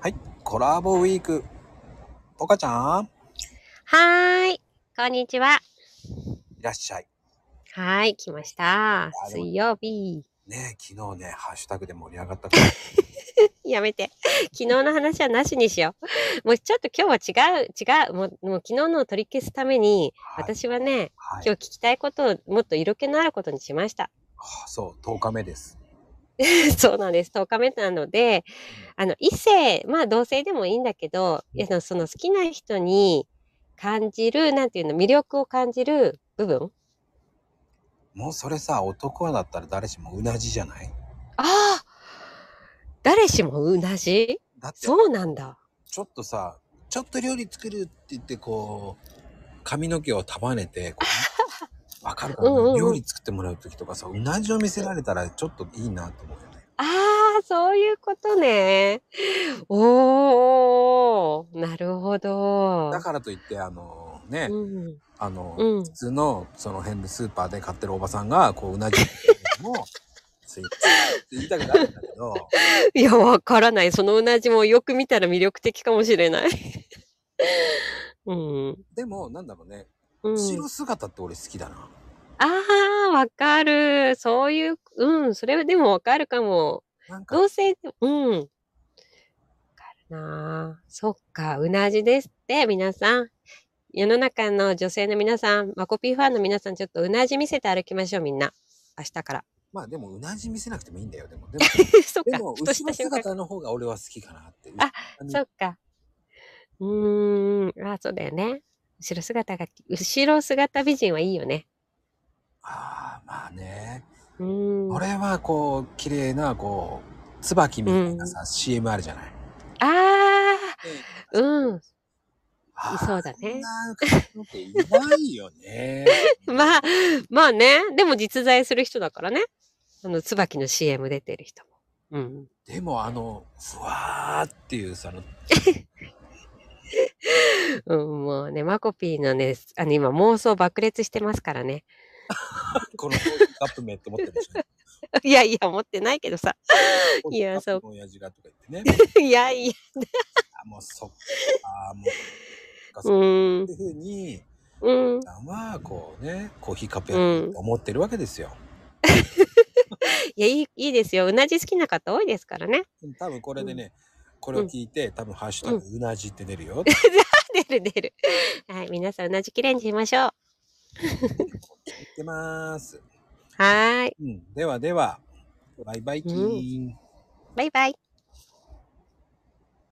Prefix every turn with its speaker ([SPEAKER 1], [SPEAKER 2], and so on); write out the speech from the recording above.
[SPEAKER 1] はい、コラボウィーク。ポカちゃん、
[SPEAKER 2] はーい。こんにちは。
[SPEAKER 1] いらっしゃい。
[SPEAKER 2] はーい。来ました
[SPEAKER 1] あ。でも
[SPEAKER 2] 水曜日。
[SPEAKER 1] ねえ、昨日ね、ハッシュタグで盛り上がったから。
[SPEAKER 2] やめて。 昨日の話はなしにしよ う。もうちょっと今日は違う、違う。もうもう昨日のを取り消すために、
[SPEAKER 1] はい、
[SPEAKER 2] 私はね、
[SPEAKER 1] はい、
[SPEAKER 2] 今日聞きたいことをもっと色気のあることにしま した。
[SPEAKER 1] あそう、10日目です。
[SPEAKER 2] そうなんです。10日目なので、あの、異性、まあ同性でもいいんだけど、いやそのその好きな人に感じる、なんていうの、魅力を感じる部分
[SPEAKER 1] もうそれさ、男だったら誰しもうなじじゃない
[SPEAKER 2] ああ誰しも同じ
[SPEAKER 1] だって、
[SPEAKER 2] そうなんだ。
[SPEAKER 1] ちょっとさ、ちょっと料理作るって言って、こう、髪の毛を束ねて、こ う、わかるかな、
[SPEAKER 2] うんうんうん
[SPEAKER 1] 料理作ってもらう時とかさ、うなじを見せられたらちょっといいなと思うよね。
[SPEAKER 2] ああ、そういうことね。おー、なるほど。
[SPEAKER 1] だからといって、あのね、
[SPEAKER 2] うん、
[SPEAKER 1] あの、
[SPEAKER 2] うん
[SPEAKER 1] 普通のその辺のスーパーで買ってるおばさんがこううなじもすいませんって言いたくなるんだけど
[SPEAKER 2] いや、わからない。そのうなじもよく見たら魅力的かもしれない。 うん。
[SPEAKER 1] でもなんだろうね
[SPEAKER 2] うん、
[SPEAKER 1] 後ろ姿って俺好きだな、
[SPEAKER 2] ああ、わかる。そういう、うん、それはでもわかるかも。
[SPEAKER 1] なんか
[SPEAKER 2] 同性、うん。わかるなあそっか、うなじですって、皆さん。世の中の女性の皆さん、マコピーファンの皆さん、ちょっとうなじ見せて歩きましょう、みんな。明日から。
[SPEAKER 1] まあでもうなじ見せなくてもいいんだよでもでも
[SPEAKER 2] そっ
[SPEAKER 1] で
[SPEAKER 2] か、
[SPEAKER 1] も
[SPEAKER 2] ふとし
[SPEAKER 1] 後ろ
[SPEAKER 2] た瞬間。
[SPEAKER 1] 姿の方が俺は好きかなって
[SPEAKER 2] あ
[SPEAKER 1] 後ろ
[SPEAKER 2] そ
[SPEAKER 1] に
[SPEAKER 2] っか。うーん、あ、そうだよね。後ろ姿が、後ろ姿美人はいいよね。
[SPEAKER 1] あーまあね、
[SPEAKER 2] うーん。あ
[SPEAKER 1] 俺はこう綺麗なこう椿みたいなさ、CM あるじゃない
[SPEAKER 2] あー、うん。
[SPEAKER 1] あー
[SPEAKER 2] そうだね
[SPEAKER 1] そんな感じのっていないよね
[SPEAKER 2] まあ、まあね。でも実在する人だからね。あの、椿の CM 出てる人も。うん。
[SPEAKER 1] でもあのふわーっていうその
[SPEAKER 2] うん、もうね、マコピーのね、あの、今妄想爆裂してますからね。
[SPEAKER 1] このコーヒーカップ麺って思ってるでしょ。
[SPEAKER 2] いやいや、持ってないけどさ。 い
[SPEAKER 1] コー
[SPEAKER 2] や
[SPEAKER 1] ヒーカップの親父がとか言ってね。
[SPEAKER 2] いやいや、
[SPEAKER 1] あもうそっか、もう。
[SPEAKER 2] う
[SPEAKER 1] そっか
[SPEAKER 2] ーん
[SPEAKER 1] そうい、うふうに、
[SPEAKER 2] うん。
[SPEAKER 1] さんはこうね、コーヒーカップやってると思ってるわけですよ。
[SPEAKER 2] いや、いい、いいですよ。うなじ好きな方多いですからね。
[SPEAKER 1] 多分これでね、これを聞いて、多分ハッシュタグうなじって出るよ。
[SPEAKER 2] 出る出る。はい、皆さんうなじきれいにしましょう。
[SPEAKER 1] 言ってます。
[SPEAKER 2] はーい、
[SPEAKER 1] うん、ではでは、バイバイキーン。
[SPEAKER 2] バイバイ。